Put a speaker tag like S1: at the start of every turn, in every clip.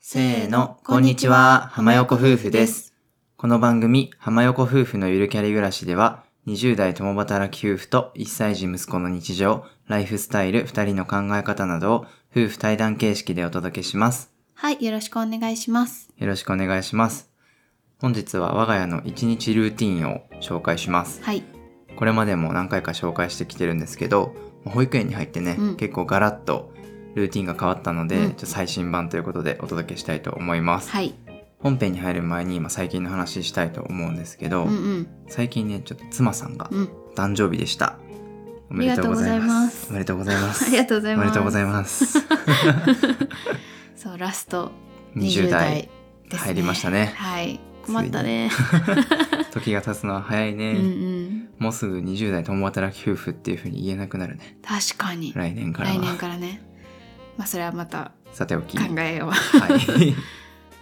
S1: せーの、こんにちは、浜横夫婦です。この番組、浜横夫婦のゆるキャリ暮らしでは、20代共働き夫婦と1歳児息子の日常、ライフスタイル、2人の考え方などを夫婦対談形式でお届けします。
S2: はい、よろしくお願いします。
S1: よろしくお願いします。本日は我が家の1日ルーティンを紹介します。
S2: はい。
S1: これまでも何回か紹介してきてるんですけど、保育園に入ってね、
S2: うん
S1: 結構ガラッとルーティンが変わったので、
S2: う
S1: ち
S2: ん
S1: ょっと最新版ということでお届けしたいと思います。
S2: はい。
S1: 本編に入る前に今最近の話したいと思うんですけど、
S2: うんうん。
S1: 最近ねちょっと妻さんが
S2: うん。
S1: 誕生日でした、おめでとうございますおめでとうございま
S2: あ
S1: す
S2: りがとうござい
S1: お
S2: ます。
S1: めでとうござい ます
S2: す。そう、ラスト
S1: 20代
S2: 20代です、ね。
S1: 入りましたね
S2: はい。困っ たね。
S1: 時が経つのは早いね、
S2: うんうん。
S1: もうすぐ20代共働き夫婦っていう風に言えなくなるね
S2: 確かに。
S1: 来年からは
S2: 来年からね。まあ、それはまた
S1: さておき
S2: 考えよ
S1: はい
S2: う。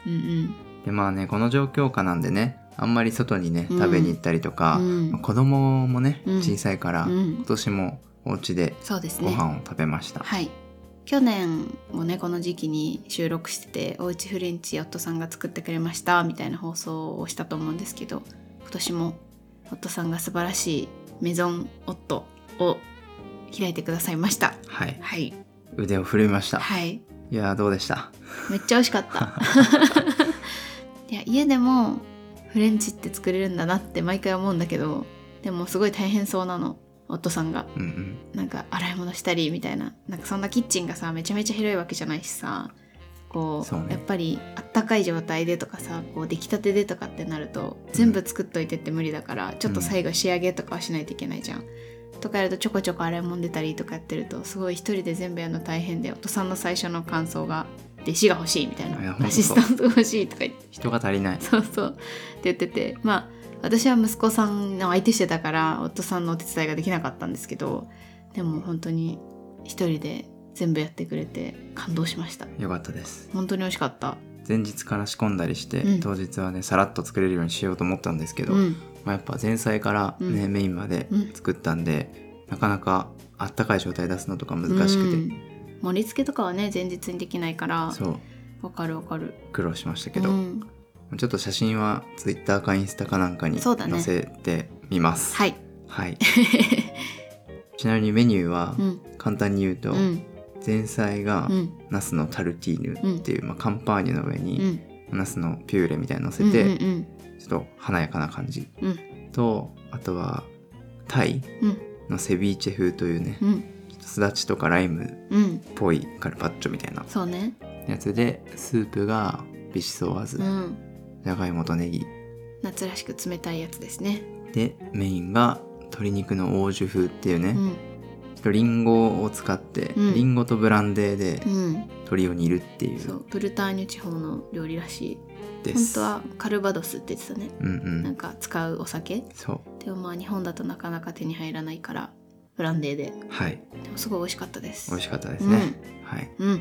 S2: うん
S1: でまあねこの状況下なんでねあんまり外にね
S2: うん
S1: 食べに行ったりと
S2: う
S1: か、
S2: ん。
S1: まあ子供もね
S2: うん
S1: 小さいから、
S2: う
S1: 今
S2: ん。
S1: 年もお家で
S2: そうです
S1: ご
S2: ね。
S1: 飯を食べました、
S2: はい。去年もねこの時期に収録してて「おうちフレンチ夫さんが作ってくれました」みたいな放送をしたと思うんですけど今年も夫さんが素晴らしいメゾン夫を開いてくださいました
S1: はい、
S2: はい
S1: 腕を振るいました、
S2: はい
S1: いやーどうでした
S2: めっちゃ美味しかったいや家でもフレンチって作れるんだなって毎回思うんだけどでもすごい大変そうなの夫さんが
S1: うんうん
S2: なんか洗い物したりみたいななんかそんなキッチンがさめちゃめちゃ広いわけじゃないしさこう
S1: そうね
S2: やっぱりあったかい状態でとかさこう出来たてでとかってなると全部作っといてって無理だから、ちょっと最後仕上げとかはしないといけないじゃん。とかやるとちょこちょこ洗い物出たりとかやってるとすごい一人で全部やるの大変でお父さんの最初の感想が「弟子が欲しい」みたい
S1: いやほ
S2: な
S1: ん
S2: 「
S1: と
S2: アシスタントが欲しい」とか言って
S1: 人が足りない
S2: そうそうって言っててまあ私は息子さんの相手してたから夫さんのお手伝いができなかったんですけどでも本当に一人で全部やってくれて感動しました
S1: よかったです
S2: 本当に美味しかった
S1: 前日から仕込んだりして、
S2: うん
S1: 当日はねさらっと作れるようにしようと思ったんですけど、
S2: う
S1: ま
S2: ん
S1: あ、やっぱ前菜から、ね
S2: う
S1: メインまで
S2: うん
S1: 作ったんで、なかなかあったかい状態出すのとか難し
S2: う
S1: くて、
S2: ん盛り付けとかはね前日にできないから
S1: そう
S2: わかるわかる
S1: 苦労しましたけど、
S2: うん
S1: ちょっと写真はツイッターかインスタかなんかに
S2: そうだね
S1: 載せてみます、
S2: はい
S1: はい ちなみにメニューは
S2: うん
S1: 簡単に言うと、
S2: うん
S1: 前菜が
S2: うん
S1: ナスのタルティーヌっていう、まあ、カンパーニュの上
S2: う
S1: に、
S2: ん
S1: ナスのピューレみたいにの
S2: う
S1: せ
S2: ん
S1: て、
S2: うん
S1: ちょっと華やかな感じ、
S2: うん
S1: とあとはタイ
S2: うん
S1: のセビーチェ風というね、
S2: うん
S1: ちょっとすだちとかライム
S2: うん
S1: っぽいカルパッチョみたいな
S2: そうね
S1: やつでスープがビシソワーズ
S2: うん
S1: じゃがいもとネギ
S2: 夏らしく冷たいやつですね
S1: でメインが鶏肉の王酒風っていうね、
S2: う
S1: ちょ
S2: ん
S1: っとリンゴを使って、
S2: うん
S1: リンゴとブランデーで
S2: うん
S1: 鶏を煮るってい
S2: そううブルターニュ地方の料理らしい
S1: で
S2: 本
S1: す
S2: 当はカルバドスって言ってたね
S1: うんう
S2: なん
S1: ん
S2: か使うお酒
S1: そう
S2: でもまあ日本だとなかなか手に入らないからブランデーで
S1: はい
S2: でもすごい美味しかったです
S1: 美味しかったですね、はい
S2: うん、うん、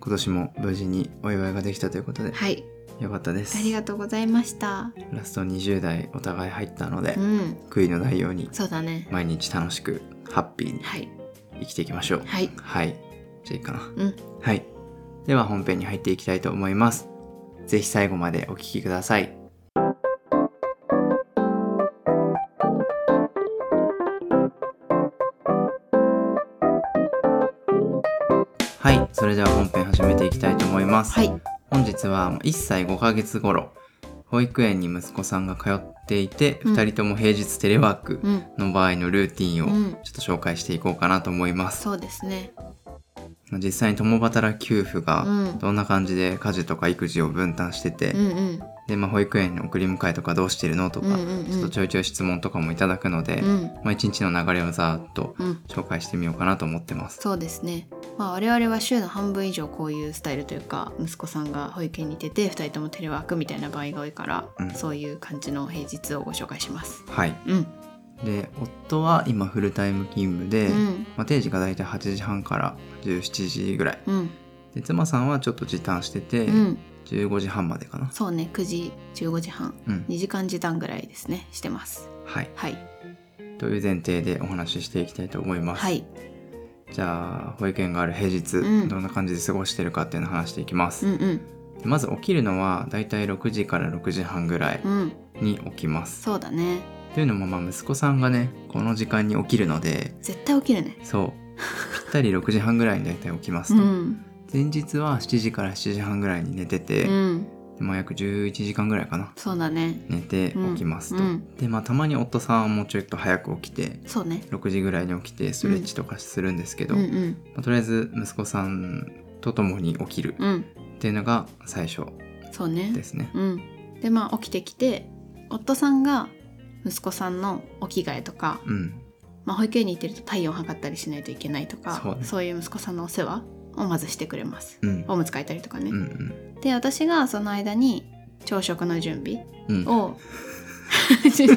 S1: 今年も無事にお祝いができたということで
S2: はい
S1: よかったです
S2: ありがとうございました
S1: ラスト20代お互い入ったので、
S2: うん
S1: 悔いのないように
S2: そうだね
S1: 毎日楽しくハッピーに
S2: はい
S1: 生きていきましょう
S2: はい
S1: じゃあいいかな
S2: うん
S1: はいでは本編に入っていきたいと思いますぜひ最後までお聞きくださいはいそれでは本編始めていきたいと思います、
S2: はい
S1: 本日は1歳5ヶ月頃保育園に息子さんが通っていて、
S2: うん
S1: 2人とも平日テレワーク
S2: うん
S1: の場合のルーティン
S2: う
S1: を
S2: ん
S1: ちょっと紹介していこうかなと思います、
S2: そうですね
S1: 実際に共働き夫婦
S2: う
S1: が
S2: ん
S1: どんな感じで家事とか育児を分担してて、
S2: うんうん
S1: で、まあ、保育園の送り迎えとかどうしてるのと
S2: う
S1: か、
S2: んうん
S1: ちょっとちょいちょい質問とかもいただくので、
S2: うん
S1: まあ、一日の流れをざーっと
S2: うん
S1: 紹介してみようかなと思ってます
S2: そうですね、まあ、我々は週の半分以上こういうスタイルというか息子さんが保育園に出て2人ともテレワークみたいな場合が多いから、
S1: うん
S2: そういう感じの平日をご紹介します。
S1: はい
S2: うん
S1: で夫は今フルタイム勤務で、
S2: うん
S1: まあ、定時が大体8時半から17時ぐらい
S2: うん
S1: で妻さんはちょっと時短してて、
S2: うん、
S1: 15時半までかな
S2: そうね9時15時半
S1: うん
S2: 2時間時短ぐらいですねしてます
S1: はい
S2: はい
S1: という前提でお話ししていきたいと思います、
S2: はい
S1: じゃあ保育園がある平日、
S2: うん
S1: どんな感じで過ごしてるかっていうのを話していきます、
S2: うんうん
S1: まず起きるのはだいたい6時から6時半ぐらい
S2: うん
S1: に起きます。
S2: そうだね
S1: というのもまあ息子さんがねこの時間に起きるので
S2: 絶対起きるね
S1: そうぴったり6時半ぐらいにだいたい起きま
S2: う
S1: すと。
S2: ん
S1: 前日は7時から7時半ぐらいに寝てて、
S2: うん
S1: まあ約11時間ぐらいかな
S2: そうだね
S1: 寝て起きますと。
S2: うん
S1: でまあたまに夫さんはもうちょっと早く起きて
S2: そうね
S1: 6時ぐらいに起きてストレッチとかするんですけ
S2: う
S1: ど、
S2: んう
S1: ま
S2: ん
S1: あとりあえず息子さんと共に起きる
S2: うん
S1: っていうのが最初
S2: そうね
S1: ですね。
S2: うん、でまあ起きてきて夫さんが息子さんのお着替えとか、
S1: うん、
S2: まあ、保育園に行ってると体温測ったりしないといけないとか
S1: そうね
S2: いう息子さんのお世話をまずしてくれます
S1: うん、
S2: おむつ替えたりとかね、
S1: うん、うん、
S2: で私がその間に朝食の準備
S1: うん、
S2: を ちょっ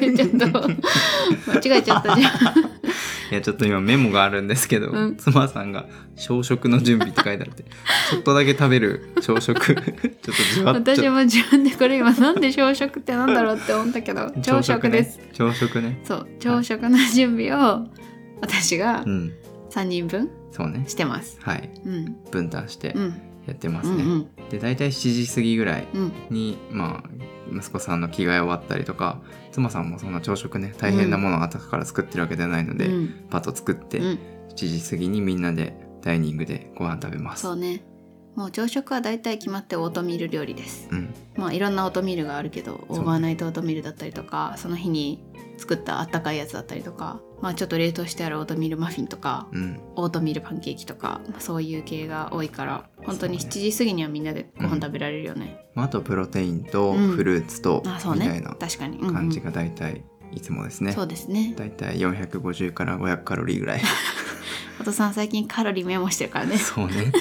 S2: と間違えちゃっ たじゃん
S1: いやちょっと今メモがあるんですけど、
S2: うん
S1: 妻さんが「朝食の準備」って書いて あってちょっとだけ食べる朝食 ちょっとじわっと
S2: 私も自分でこれ今なんで朝食ってなんだろうって思ったけど朝食です、
S1: ね朝食ね
S2: そう朝食の準備を私が
S1: うん
S2: 3人分
S1: そうね
S2: してます、
S1: はい
S2: うん
S1: 分担して
S2: うん
S1: やってま
S2: う
S1: す
S2: ん
S1: ね、
S2: うん
S1: で大体7時過ぎぐらい
S2: うん
S1: にまあ息子さんの着替え終わったりとか妻さんもそんな朝食ね大変なものを朝から作ってるわけじゃないので、
S2: うん
S1: パッと作って、
S2: うん
S1: 7時過ぎにみんなでダイニングでご飯食べます
S2: そうねもう朝食は大体決まってオートミール料理です
S1: うん
S2: まあいろんなオートミールがあるけどオ
S1: そう
S2: ーバーナイトオートミールだったりとかその日に作ったあったかいやつだったりとかまあちょっと冷凍してあるオートミールマフィンとか
S1: うん
S2: オートミールパンケーキとか、まあ、そういう系が多いから本当に
S1: そう
S2: 7
S1: ね
S2: 時過ぎにはみんなでご飯食べられるよね、
S1: まあ、あとプロテインと
S2: うん
S1: フルーツと、
S2: あそう
S1: みたい
S2: ね
S1: な
S2: 確かに、うんうん
S1: 感じが大体いつもですね、
S2: そうですね
S1: 大体450から500カロリーぐ らい
S2: お父さん最近カロリーメモしてるからね
S1: そうね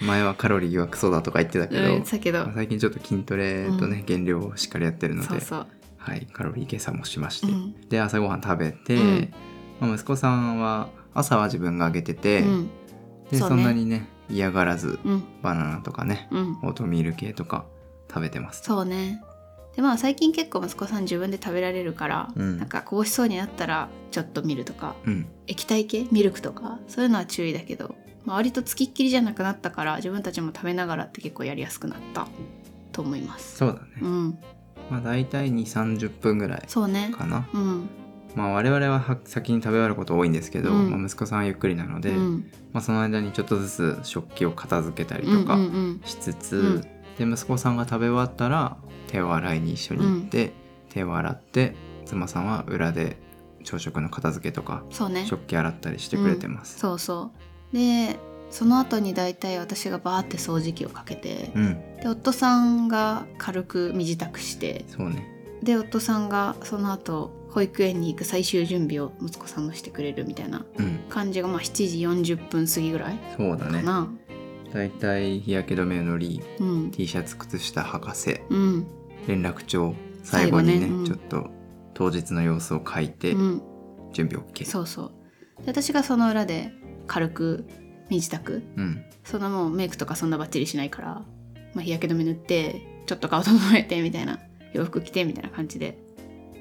S1: 前はカロリーはクソだとか言ってたけど、
S2: うんだけど
S1: まあ最近ちょっと筋トレとね、
S2: う
S1: 減量をしっかりやってるので
S2: そうそう、
S1: はい、カロリー計算もしまし
S2: う
S1: て、
S2: ん
S1: で朝ごはん食べて、
S2: うん
S1: まあ、息子さんは朝は自分があげてて、
S2: うん
S1: で
S2: そう
S1: そ
S2: ね
S1: んなにね嫌がらず
S2: うん
S1: バナナとかね
S2: うん
S1: オートミール系とか食べてます。
S2: そうねでまあ最近結構息子さん自分で食べられるから、
S1: うん
S2: なんかこぼしそうになったらちょっと見るとか
S1: うん、
S2: 液体系ミルクとかそういうのは注意だけど、まあ、割とつきっきりじゃなくなったから自分たちも食べながらって結構やりやすくなったと思います
S1: そうだね、
S2: うん
S1: まあ大体2 3 0分ぐらい
S2: そうね
S1: かな、
S2: うん
S1: まあ、我々はは先に食べ終わること多いんですけど、
S2: うん
S1: まあ、息子さんはゆっくりなので、
S2: うん
S1: まあ、その間にちょっとずつ食器を片付けたり
S2: うん
S1: と
S2: うんう
S1: か
S2: ん
S1: しつつ、
S2: うん
S1: で息子さんが食べ終わったら手を洗いに一緒に行って、手を洗って妻さんは裏で朝食の片付けとか
S2: そうね
S1: 食器洗ったりしてくれてます。
S2: そうそうでその後に大体私がバーって掃除機をかけて
S1: うん、
S2: で夫さんが軽く身支度して
S1: そうね。
S2: で夫さんがその後保育園に行く最終準備を息子さんのしてくれるみたいな
S1: うん、
S2: 感じがまあ7時40分過ぎぐらい
S1: そうだ
S2: か
S1: ね。
S2: な、
S1: だいたい日焼け止めを塗り、
S2: うん
S1: T シャツ、靴下、博士、
S2: うん
S1: 連絡帳、最後にね、
S2: 最後ねうん
S1: ちょっと当日の様子を書いて、
S2: うん
S1: 準備 OK。
S2: そうそうで私がその裏で軽く身支度
S1: うん、
S2: そんなもうメイクとかそんなバッチリしないから、まあ、日焼け止め塗ってちょっと顔整えてみたいな洋服着てみたいな感じで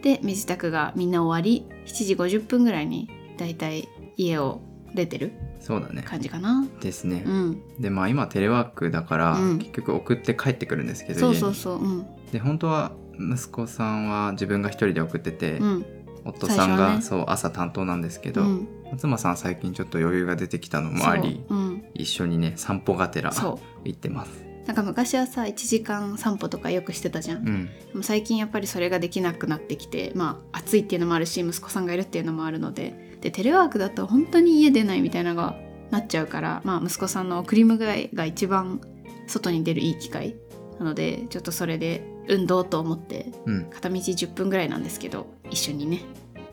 S2: で身支度がみんな終わり7時50分ぐらいにだいたい家を出てる
S1: そうだね。
S2: 感じかな
S1: ですね
S2: う。ん
S1: で、まあ今テレワークだから、
S2: うん
S1: 結局送って帰ってくるんですけど、
S2: そう
S1: 家に
S2: そうそううん
S1: で本当は息子さんは自分が一人で送ってて、
S2: うん
S1: 夫さん
S2: 最初
S1: が、
S2: はね
S1: そう朝担当なんですけど、
S2: うん
S1: 妻さん最近ちょっと余裕が出てきたのもあり
S2: そう,、うん、
S1: 一緒にね散歩がてら
S2: そ
S1: 行ってます。
S2: うなんか昔はさ1時間散歩とかよくしてたじゃん、
S1: う
S2: で
S1: ん、
S2: も最近やっぱりそれができなくなってきてまあ暑いっていうのもあるし息子さんがいるっていうのもあるのででテレワークだと本当に家出ないみたいなのがなっちゃうから、まあ、息子さんの送り迎えが一番外に出るいい機会なのでちょっとそれで運動と思って
S1: うん、
S2: 片道10分ぐらいなんですけど一緒にね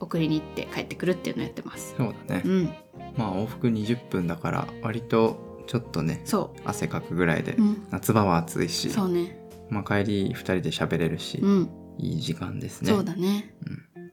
S2: 送りに行って帰ってくるっていうのをやってます
S1: そうだね、
S2: うん
S1: まあ往復20分だから割とちょっとね
S2: そ
S1: 汗かくぐらいで、
S2: ううん
S1: 夏場は暑いし、
S2: そうね
S1: まあ、帰り2人で喋れるし、
S2: うん
S1: いい時間ですね。
S2: そうだね、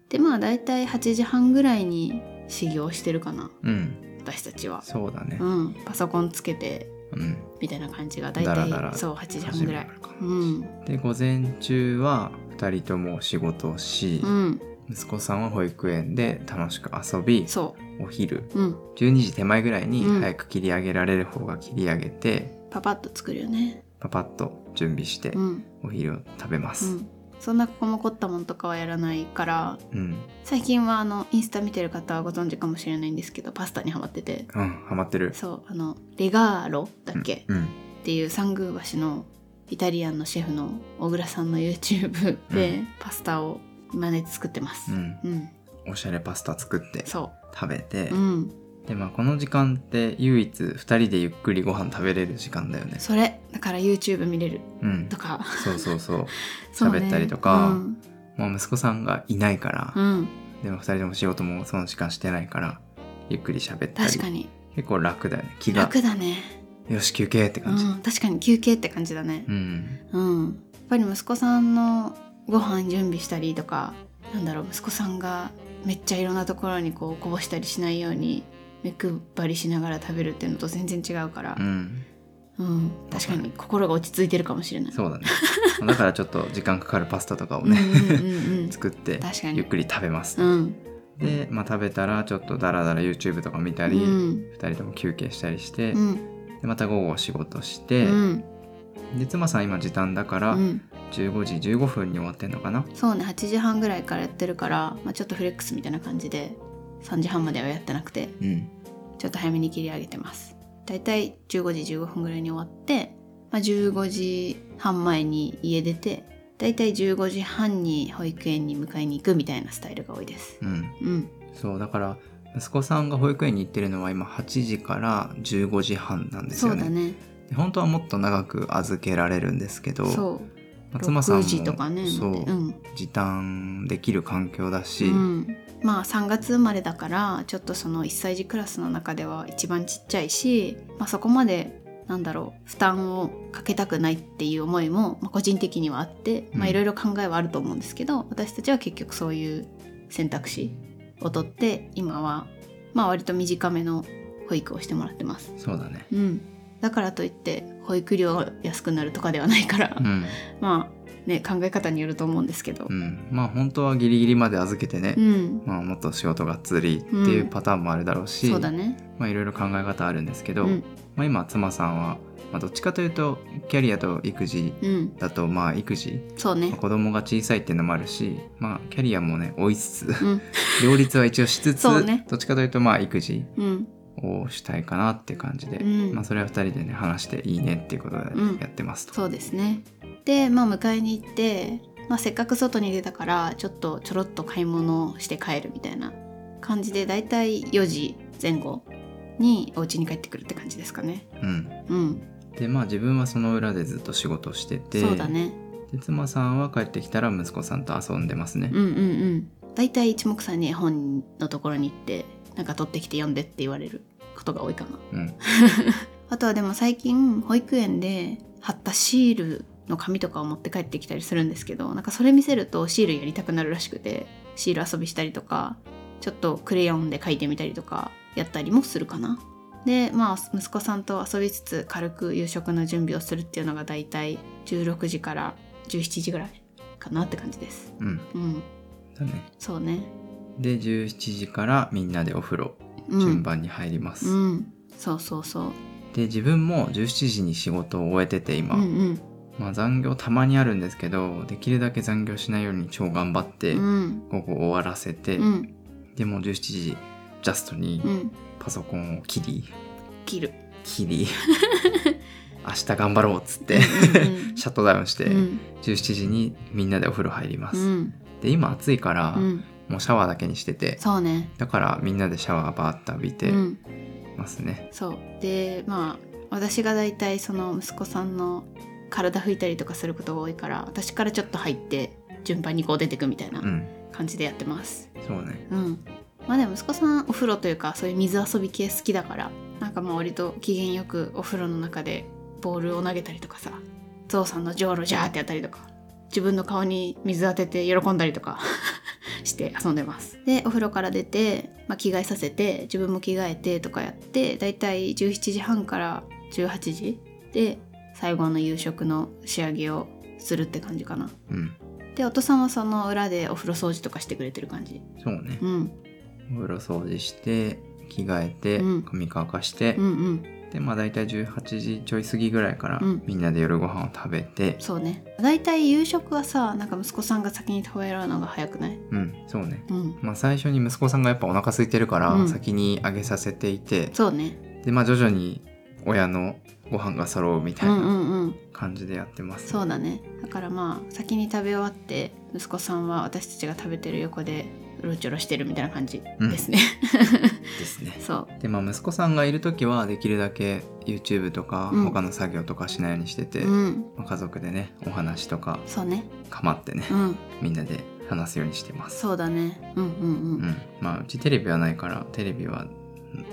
S2: でまあ大体8時半ぐらいに始業してるかな
S1: うん、
S2: 私たちは
S1: そうだね
S2: う、んパソコンつけて
S1: うん、
S2: みたいな感じが大
S1: だらだら
S2: 体そう8時半ぐらい
S1: 始まるかな
S2: うん
S1: で午前中は2人とも仕事をし、
S2: うん
S1: 息子さんは保育園で楽しく遊び
S2: そ
S1: お昼
S2: ううん
S1: 12時手前ぐらいに
S2: うん
S1: 早く切り上げられる方が切り上げて、
S2: パパッと作るよね
S1: パパッと準備して
S2: うん
S1: お昼を食べま
S2: う
S1: す
S2: んそんな細こったもんとかはやらないから
S1: うん
S2: 最近はあのインスタ見てる方はご存知かもしれないんですけどパスタにはまってて
S1: うんハマってる
S2: そうあのレガーロだっけ、
S1: うん
S2: っていう三宮橋のイタリアンのシェフの小倉さんの YouTube
S1: う
S2: でパスタを真似て作ってます
S1: う
S2: うんん、
S1: おしゃれパスタ作って
S2: そ
S1: 食べて
S2: ううん
S1: でまあこの時間って唯一2人でゆっくりご飯食べれる時間だよね
S2: それだから YouTube 見れる
S1: うん
S2: とか
S1: そうそうそう
S2: そうね
S1: 喋ったりとか
S2: うん
S1: まあ息子さんがいないから、
S2: うん
S1: でも2人とも仕事もその時間してないからゆっくり喋ったり
S2: 確かに
S1: 結構楽だよね気が
S2: 楽だね、
S1: よし休憩って
S2: う
S1: 感じ
S2: ん、確かに休憩って感じだね
S1: うん、
S2: うんやっぱり息子さんのご飯準備したりとかなんだろう息子さんがめっちゃいろんなところにこうこぼしたりしないように目配りしながら食べるっていうのと全然違うから、
S1: うん
S2: うん、確かに心が落ち着いてるかもしれない。
S1: そう だねだからちょっと時間かかるパスタとかを
S2: うんう
S1: ね、
S2: ん うんうん
S1: 作って
S2: 確かに
S1: ゆっくり食べます、
S2: うん
S1: で、まあ、食べたらちょっとダラダラ YouTube とか見た
S2: う
S1: り、二
S2: ん
S1: 2人とも休憩したりして、
S2: うん
S1: でまた午後仕事し
S2: う
S1: て、
S2: ん
S1: で妻さん今時短だか
S2: う
S1: ら
S2: ん
S1: 15時15分に終わってんのかな
S2: そうね8時半ぐらいからやってるから、まあ、ちょっとフレックスみたいな感じで3時半まではやってなくて
S1: うん
S2: ちょっと早めに切り上げてますだいたい15時15分ぐらいに終わって、まあ、15時半前に家出てだいたい15時半に保育園に迎えに行くみたいなスタイルが多いです
S1: うん
S2: うん
S1: そうだから息子さんが保育園に行ってるのは今8時から15時半なんです
S2: そ
S1: よ
S2: う
S1: ね
S2: だね
S1: で本当はもっと長く預けられるんですけど
S2: そう
S1: まあ妻さん
S2: 6
S1: も
S2: 時とかね
S1: そう、
S2: うん
S1: 時短できる環境だし、
S2: うん、まあ3月生まれだからちょっとその1歳児クラスの中では一番ちっちゃいし、まあ、そこまでなんだろう負担をかけたくないっていう思いも、まあ個人的にはあってま
S1: う
S2: あ
S1: ん
S2: いろいろ考えはあると思うんですけど、私たちは結局そういう選択肢を取って今はまあ割と短めの保育をしてもらってます。
S1: そうだね
S2: うん、だからといって保育料が安くなるとかではないから、
S1: うん、
S2: まあね考え方によると思うんですけど
S1: う。ん、まあ本当はギリギリまで預けてね、
S2: うん、
S1: まあ、もっと仕事がっつりっていうパターンもあるだろうし、
S2: そうだね。
S1: まあ、いろいろ考え方あるんですけ
S2: う
S1: ど、
S2: ん、
S1: まあ、今妻さんは、まあ、どっちかというとキャリアと育児
S2: うん
S1: だとまあ育児、
S2: そうね
S1: まあ、。子供が小さいっていうのもあるし、まあ、キャリアもね追いつつ
S2: うん、
S1: 両立は一応しつつ、
S2: そうね
S1: どっちかというとまあ育児
S2: うん、
S1: をしたいかなって感じで、
S2: うん
S1: まあ、それは2人でね話していいねっていうことで
S2: うん
S1: やってますと。
S2: そうですね。で、まあ迎えに行って、まあせっかく外に出たから、ちょっとちょろっと買い物をして帰るみたいな感じで、だいたい4時前後にお家に帰ってくるって感じですかね。
S1: うん
S2: うん、
S1: でまあ自分はその裏でずっと仕事をしてて
S2: そうだね。
S1: で妻さんは帰ってきたら息子さんと遊んでますね
S2: うん、うん、うん。だいたい一目散に絵本のところに行って、なんか取ってきて読んでって言われることが多いかな。
S1: うん
S2: あとはでも最近保育園で貼ったシールの紙とかを持って帰ってきたりするんですけどなんかそれ見せるとシールやりたくなるらしくてシール遊びしたりとかちょっとクレヨンで書いてみたりとかやったりもするかな。でまあ息子さんと遊びつつ軽く夕食の準備をするっていうのが大体16時から17時ぐらいかなって感じです。
S1: うん
S2: うん
S1: だね
S2: そうね。
S1: で17時からみんなでお風呂
S2: うん、
S1: 順番に入ります、
S2: うんそうそうそう。
S1: で自分も17時に仕事を終えてて今、
S2: うんうん
S1: まあ、残業たまにあるんですけどできるだけ残業しないように超頑張って
S2: うん
S1: 午後終わらせて、
S2: うん
S1: でもう17時ジャストに
S2: うん
S1: パソコンを切り
S2: 切る。
S1: 切 り明日頑張ろうっつって
S2: う んうん
S1: シャットダウンして、
S2: うん
S1: 17時にみんなでお風呂入ります、
S2: うん
S1: で今暑いから、
S2: うん、
S1: もうシャワーだけにしてて
S2: そうね。
S1: だからみんなでシャワーバーッと浴びて
S2: うん、
S1: ますね
S2: そうでまあ私が大体その息子さんの体拭いたりとかすることが多いから私からちょっと入って順番にこう出てくみたいな
S1: うん、
S2: 感じでやってます。
S1: そうね
S2: うん、まあでも息子さんお風呂というかそういう水遊び系好きだからなんかまあ割と機嫌よくお風呂の中でボールを投げたりとかさゾウさんのジョーロジャーってやったりとか自分の顔に水当てて喜んだりとか して遊んでますでお風呂から出て、まあ、着替えさせて自分も着替えてとかやってだいたい17時半から18時で最後の夕食の仕上げをするって感じかな
S1: うん
S2: でお父さんはその裏でお風呂掃除とかしてくれてる感じ
S1: そうね
S2: うん
S1: お風呂掃除して着替えて、
S2: うん
S1: 髪乾かして、
S2: うんうん
S1: でまあ大体18時ちょい過ぎぐらいから
S2: うん
S1: みんなで夜ご飯を食べて
S2: そうねだいたい夕食はさなんか息子さんが先に食べるのが早くない
S1: うん、そうね
S2: うん
S1: まあ最初に息子さんがやっぱお腹空いてるから
S2: うん
S1: 先にあげさせていて、
S2: そうね
S1: でまあ徐々に親のご飯が揃うみた
S2: う
S1: い
S2: ん
S1: な
S2: うんうん
S1: 感じでやってます、
S2: そうだねだからまあ先に食べ終わって息子さんは私たちが食べてる横でうろちょろしてるみたいな感じで すね、
S1: ですね
S2: そう
S1: でまあ息子さんがいる時はできるだけ YouTube とか
S2: うん
S1: 他の作業とかしないようにしてて、
S2: うん
S1: まあ家族でねお話とか
S2: そうね
S1: かまってね
S2: うん
S1: みんなで話すようにしてます
S2: そうだねうんうんうん、
S1: うんまあうちテレビはないからテレビは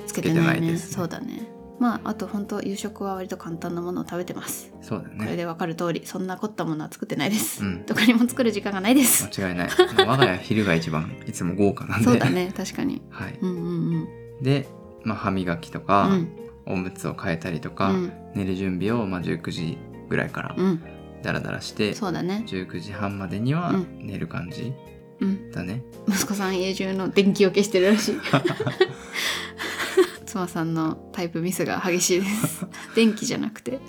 S2: つけてな
S1: つけて
S2: い
S1: ない
S2: ね
S1: ですね
S2: そうだねまああと本当夕食は割と簡単なものを食べてます
S1: そうだ
S2: これ
S1: ね
S2: でわかる通りそんな凝ったものは作ってないです、
S1: うん
S2: どこにも作る時間がないです、
S1: 間違いないまあ我が家昼が一番いつも豪華なんで
S2: そうだね確かに
S1: はい、
S2: うんうんうん
S1: で、まあ、歯磨きとか、
S2: うん
S1: おむつを変えたりと
S2: う
S1: か、
S2: ん
S1: 寝る準備をまあ19時ぐらいから
S2: うん
S1: ダラダラして、
S2: そうだね
S1: 19時半までには
S2: うん
S1: 寝る感じ
S2: うん
S1: だね、
S2: 息子さん家中の電気を消してる らしい妻さんのタイプミスが激しい です電気じゃなくて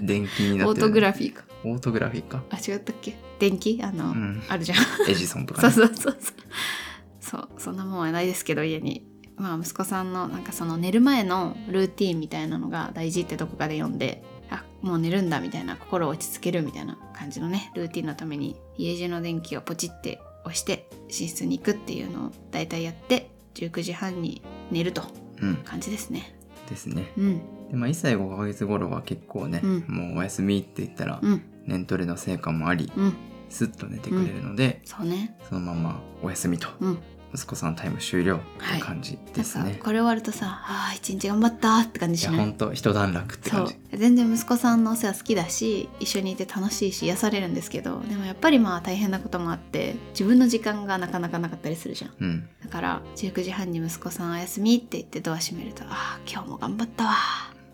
S1: 電気に
S2: オ
S1: なって
S2: ートグラフィーか
S1: オートグラフィーか
S2: あ違ったっけ電気あの、
S1: うん
S2: あるじゃん
S1: エジソンとか、
S2: そ
S1: ね、
S2: うそうそうそうそうそんなもんはないですけど家にまあ息子さんのなんかその寝る前のルーティンみたいなのが大事ってどこかで読んであもう寝るんだみたいな心を落ち着けるみたいな感じのねルーティンのために家中の電気をポチって押して寝室に行くっていうのを大体やって19時半に寝ると
S1: うん
S2: 感じですね
S1: ですね
S2: うん
S1: で、まあ、1歳5ヶ月頃は結構ね、
S2: うん
S1: もうお休みって言ったら、
S2: うん
S1: 年トレの成果もあり
S2: うん
S1: スッと寝てくれるので、
S2: そうね
S1: そのままお休みと、
S2: うん
S1: 息子さんタイム終了って感じ
S2: な
S1: で
S2: ん
S1: す
S2: か
S1: ね、
S2: これ終わるとさあー一日頑張ったって感じ
S1: い
S2: し
S1: や
S2: ない
S1: ほんと一段落って
S2: そ
S1: 感
S2: う
S1: じ
S2: 全然息子さんのお世話好きだし一緒にいて楽しいし癒されるんですけどでもやっぱりまあ大変なこともあって自分の時間がなかなかなかったりするじゃん
S1: うん
S2: だから19時半に息子さんお休みって言ってドア閉めるとああ今日も頑張ったわ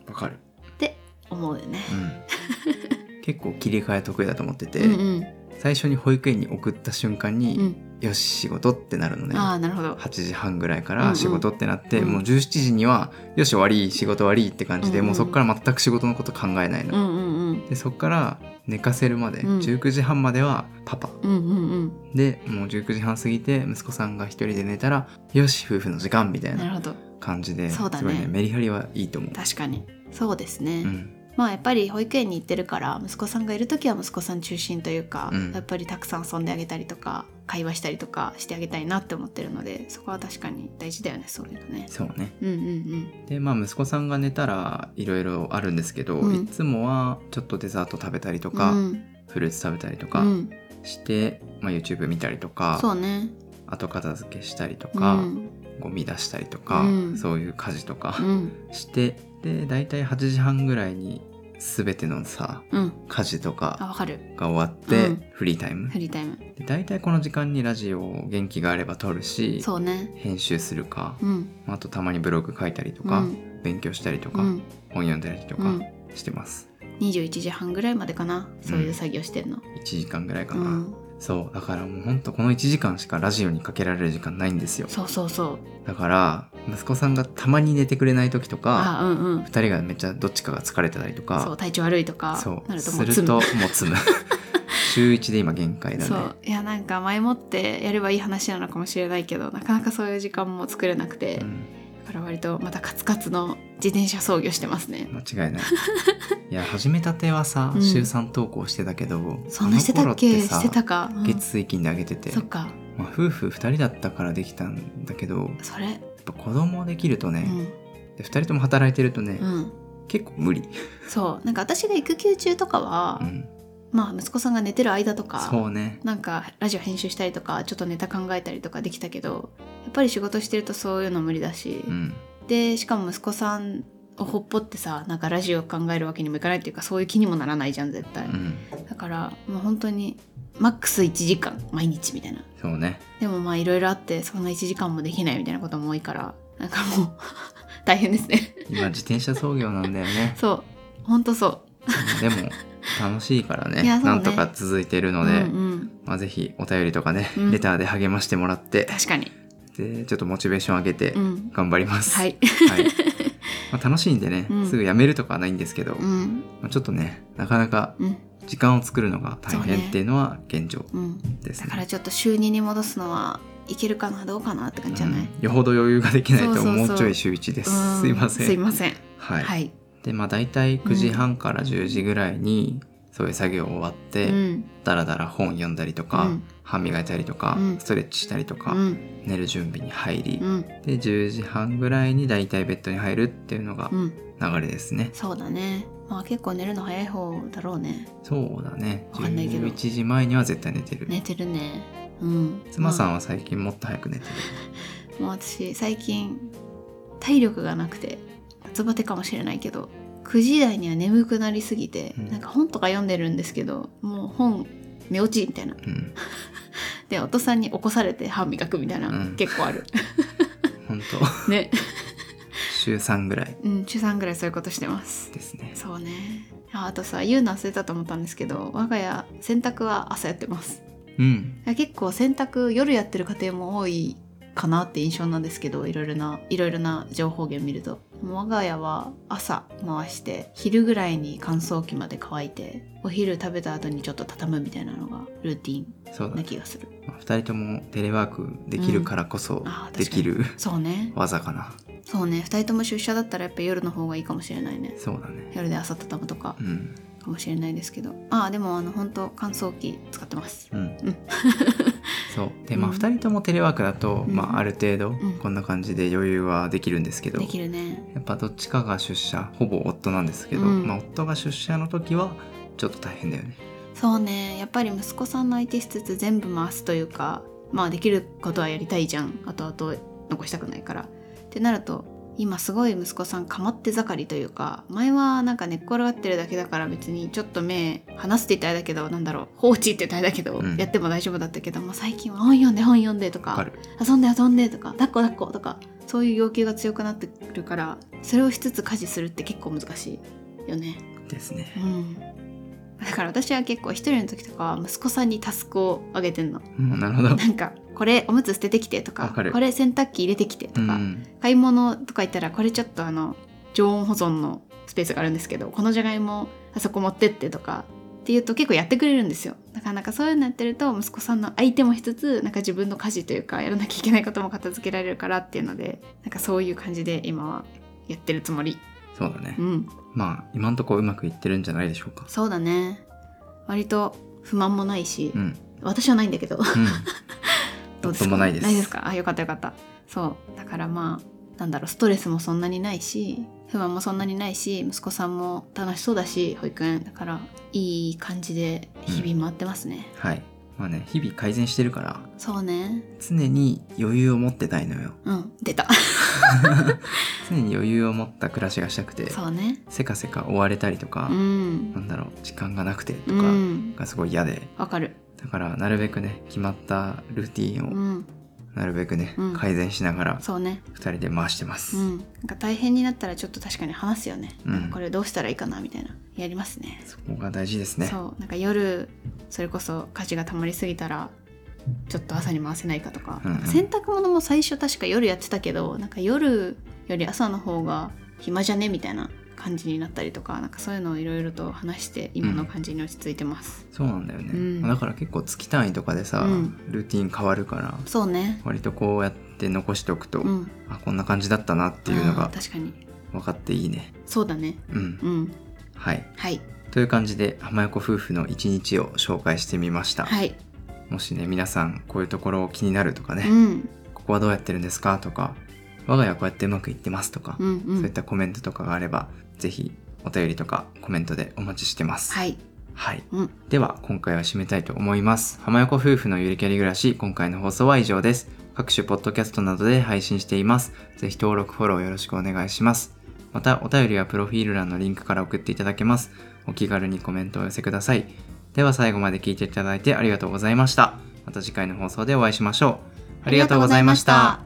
S1: わかる
S2: って思うよね、
S1: うん、結構切り替え得意だと思ってて、
S2: うんうん
S1: 最初に保育園に送った瞬間
S2: う
S1: に、
S2: ん
S1: よし仕事ってなるのね
S2: ああなるほど
S1: 8時半ぐらいか
S2: うんう
S1: ら
S2: ん
S1: 仕事ってなって、
S2: うん
S1: もう17時にはよし終わり仕事終わりって感じで、
S2: うんうん
S1: もうそっから全く仕事のこと考えないの、
S2: うんうんうん
S1: でそっから寝かせるまで、
S2: うん
S1: 19時半まではパパ
S2: うんうん
S1: でもう19時半過ぎて息子さんが一人で寝たらよし夫婦の時間みた
S2: う
S1: い
S2: んなる
S1: な
S2: ほど
S1: 感じで
S2: そうだね
S1: すごいねメリハリはいいと思う。
S2: 確かにそうですね、
S1: うん
S2: まあやっぱり保育園に行ってるから息子さんがいる時は息子さん中心というか、
S1: うん
S2: やっぱりたくさん遊んであげたりとか会話したりとかしてあげたいなって思ってるのでそこは確かに大事だよねそういうのね。
S1: そうね
S2: うんうん
S1: でまあ息子さんが寝たらいろいろあるんですけど、
S2: うん
S1: いつもはちょっとデザート食べたりと
S2: うん。
S1: か、
S2: うん
S1: フルーツ食べたりと
S2: う
S1: か
S2: ん、
S1: して、まあ、YouTube 見たりと
S2: そ
S1: か
S2: うね。
S1: 後片付けしたりと
S2: う
S1: か、
S2: ん
S1: ゴミ出したりとか、
S2: うん
S1: そういう家事とか
S2: うん
S1: してで大体8時半ぐらいに全てのさ
S2: うん。
S1: 家事と
S2: あ
S1: か
S2: わかる。
S1: が終わって、
S2: うん
S1: フリータイム
S2: フリータイム。
S1: で大体この時間にラジオを元気があれば撮るし
S2: そうね。
S1: 編集するか、
S2: うん。
S1: あとたまにブログ書いたりとか、
S2: うん
S1: 勉強したりとか、
S2: うん
S1: 本読んだりと
S2: う
S1: か
S2: ん。
S1: してます。
S2: 21時半ぐらいまでかなそういう作業してんの。
S1: 1時間ぐらいか
S2: う
S1: な、
S2: ん。
S1: そうだからもうほんとこの1時間しかラジオにかけられる時間ないんですよ
S2: そうそうそう。
S1: だから息子さんがたまに寝てくれない時とか
S2: あうんうん。
S1: 2人がめっちゃどっちかが疲れてたりと
S2: そう
S1: か
S2: 体調悪いとかなるとも
S1: す
S2: う
S1: る
S2: つ
S1: と
S2: む
S1: もうつ む週1で今限界だ
S2: そ
S1: ね
S2: ういやなんか前もってやればいい話なのかもしれないけどなかなかそういう時間も作れなくて、
S1: う
S2: だ
S1: ん
S2: から割とまたカツカツの自転車操業してますね
S1: 間違いないいや始めたてはさ、
S2: うん
S1: 週3投稿してたけど
S2: そんなしてたっけ
S1: あの頃
S2: してたか、うん
S1: 月水金であげてて、
S2: そっか
S1: まあ、夫婦2人だったからできたんだけどやっ
S2: それ
S1: ぱ子供できると
S2: う
S1: ね、
S2: ん、
S1: で2人とも働いてるとね、
S2: うん、
S1: 結構無理、
S2: そうなんか私が育休中とかは、
S1: うん、
S2: まあ息子さんが寝てる間とか
S1: そうね
S2: なんかラジオ編集したりとかちょっとネタ考えたりとかできたけどやっぱり仕事してるとそういうの無理だし、
S1: うん
S2: でしかも息子さんをほっぽってさなんかラジオ考えるわけにもいかないっていうかそういう気にもならないじゃん絶対、
S1: うん
S2: だからもう本当にマックス1時間毎日みたいな
S1: そうね
S2: でもまあいろいろあってそんな1時間もできないみたいなことも多いからなんかもう 大変ですね
S1: 今自転車操業なんだよね
S2: そう本当そ
S1: でも楽しいからね
S2: いやそうね
S1: なんとか続いてる
S2: う、
S1: ので、
S2: うんうん、
S1: まあ、ぜひお便りとかね、
S2: うん
S1: レターで励ましてもらって
S2: 確かに
S1: でちょっとモチベーション上げて
S2: うん
S1: 頑張ります、
S2: はい
S1: はいまあ、楽しいんでね、
S2: うん
S1: すぐやめるとかはないんですけど、
S2: う
S1: ま
S2: ん
S1: あ、ちょっとねなかなか
S2: うん
S1: 時間を作るのが大変っていうのは現状
S2: うん
S1: です
S2: だ
S1: ね。
S2: からちょっと週2に戻すのはいけるかなどうかなって感じじゃない、
S1: うんよほど余裕ができない
S2: そ
S1: と
S2: うそうそ
S1: も
S2: う
S1: うちょい週1です。
S2: うん
S1: すいません。
S2: すいません
S1: はい。
S2: はい、
S1: でまあ大体9時半から10時ぐらいにそういう作業終わっ
S2: う
S1: て、
S2: ん
S1: だらだら本読んだりとか、
S2: うん
S1: 歯磨いたりとか、
S2: うん
S1: ストレッチしたりと
S2: う
S1: か、
S2: ん
S1: 寝る準備に入り、
S2: うん
S1: で10時半ぐらいに大体ベッドに入るっていうのが
S2: うん
S1: 流れですね。
S2: そうだねまあ結構寝るの早い方だろうね
S1: そうだね
S2: わかんないけど
S1: 11時前には絶対寝てる。
S2: 寝てるねうん
S1: 妻さ
S2: ま
S1: んは最近もっと早く寝てる。
S2: あもう私最近体力がなくて夏バテかもしれないけど9時台には眠くなりすぎて、
S1: うん
S2: なんか本とか読んでるんですけどもう本寝落ちみたいな
S1: うん、
S2: でお父さんに起こされて歯磨くみたいな、
S1: うん
S2: 結構 ある
S1: 本当
S2: ね
S1: 週3ぐらい
S2: うん中3ぐらいそういうことしてます
S1: ですね。
S2: そうねああとさ言うの忘れたと思ったんですけど我が家洗濯は朝やってます
S1: うん、
S2: 結構洗濯夜やってる家庭も多いかなって印象なんですけどいろいろないろいろな情報源見るともう我が家は朝回して昼ぐらいに乾燥機まで乾いてお昼食べた後にちょっと畳むみたいなのがルーティン
S1: そうだ
S2: な
S1: ね。
S2: 気がする
S1: まあ二人ともテレワークできるからこそ
S2: んあー確かに
S1: できる、
S2: そうね
S1: 技かな。
S2: そうね2人とも出社だったらやっぱ夜の方がいいかもしれないね
S1: そうだね。
S2: 夜で朝畳むとか
S1: うん、
S2: かもしれないですけどああでもあの本当乾燥機使ってます
S1: うん
S2: うん
S1: そうでまあ
S2: うん
S1: 2人ともテレワークだと、
S2: うん
S1: まあ、ある程度
S2: ん
S1: こんな感じで余裕はできるんですけど、
S2: できるね
S1: やっぱどっちかが出社ほぼ夫なんですけど、
S2: うん
S1: まあ、夫が出社の時はちょっと大変だよね。
S2: そうねやっぱり息子さんの相手しつつ全部回すというかまあできることはやりたいじゃんあとあと残したくないからってなると今すごい息子さんかまって盛りというか前はなんか寝っ転がってるだけだから別にちょっと目離すって言ったらあれだけどなんだろう放置って言ったらあれだけど、
S1: うん
S2: やっても大丈夫だったけどもう最近は本読んで本読んでと
S1: わか
S2: か
S1: る
S2: 遊んで遊んでとか抱っこ抱っことかそういう要求が強くなってくるからそれをしつつ家事するって結構難しいよね。
S1: ですね。
S2: うん、だから私は結構一人の時とかは息子さんにタスクをあげてんの
S1: うんなる ほど。
S2: なんかこれおむつ捨ててきてとか
S1: わかる
S2: これ洗濯機入れてきて
S1: う
S2: とか、
S1: ん、
S2: 買い物とか行ったらこれちょっとあの常温保存のスペースがあるんですけどこのじゃがいもあそこ持ってってとかっていうと結構やってくれるんですよだからなんかそういうのやってると息子さんの相手もしつつなんか自分の家事というかやらなきゃいけないことも片付けられるからっていうのでなんかそういう感じで今はやってるつもり
S1: そうだね
S2: う。ん
S1: まあ今んとこうまくいってるんじゃないでしょうか。
S2: そうだね割と不満もないし、
S1: うん、うん、
S2: 私はないんだけど どうです
S1: 夫
S2: か
S1: もないです
S2: ないですかあよかったよかったそうだからまあなんだろうストレスもそんなにないし不満もそんなにないし息子さんも楽しそうだし保育園だからいい感じで日々回ってますね、
S1: はい。まあね日々改善してるから
S2: そうね
S1: 常に余裕を持ってたいのよ。
S2: うん出た
S1: 常に余裕を持った暮らしがしたくて
S2: そうね
S1: せかせか追われたりとか、
S2: うん
S1: なんだろう時間がなくてと
S2: う
S1: か
S2: ん
S1: がすごい嫌で、
S2: わかる
S1: だからなるべくね決まったルーティ
S2: う
S1: ンを
S2: ん
S1: なるべくね、
S2: うん
S1: 改善しながら
S2: そうね
S1: 2人で回してます、
S2: うんなんか大変になったらちょっと確かに話すよね、
S1: うん
S2: なんかこれどうしたらいいかなみたいなやりますね
S1: そこが大事ですね
S2: そうなんか夜それこそ家事がたまりすぎたらちょっと朝に回せないかとか,、
S1: うんうん
S2: 洗濯物も最初確か夜やってたけどなんか夜より朝の方が暇じゃねみたいな感じになったりとかなんかそういうのをいろいろと話して今の感じに落ち着いてます、
S1: そうなんだよね、
S2: うん
S1: だから結構月単位とかでさ、
S2: うん
S1: ルーティン変わるから
S2: そうね
S1: 割とこうやって残しておくと、
S2: うんっ
S1: あこんな感じだったなっていうのが
S2: 確かに
S1: 分かっていいね
S2: そうだね
S1: うん
S2: うん
S1: はい
S2: はい
S1: という感じで浜横夫婦の一日を紹介してみました、
S2: はい
S1: もしね皆さんこういうところ気になるとかね、
S2: うん
S1: ここはどうやってるんですかとか我が家はこうやってうまくいってますとか、
S2: うんう
S1: そういっ
S2: ん
S1: たコメントとかがあれば、ぜひお便りとかコメントでお待ちしてます。
S2: はい
S1: はい
S2: うん
S1: では、今回は締めたいと思います。浜横夫婦のゆるキャリ暮らし、今回の放送は以上です。各種ポッドキャストなどで配信しています。ぜひ登録、フォローよろしくお願いします。また、お便りはプロフィール欄のリンクから送っていただけます。お気軽にコメントをお寄せください。では、最後まで聞いていただいてありがとうございました。また次回の放送でお会いしましょう。ありがとうございました。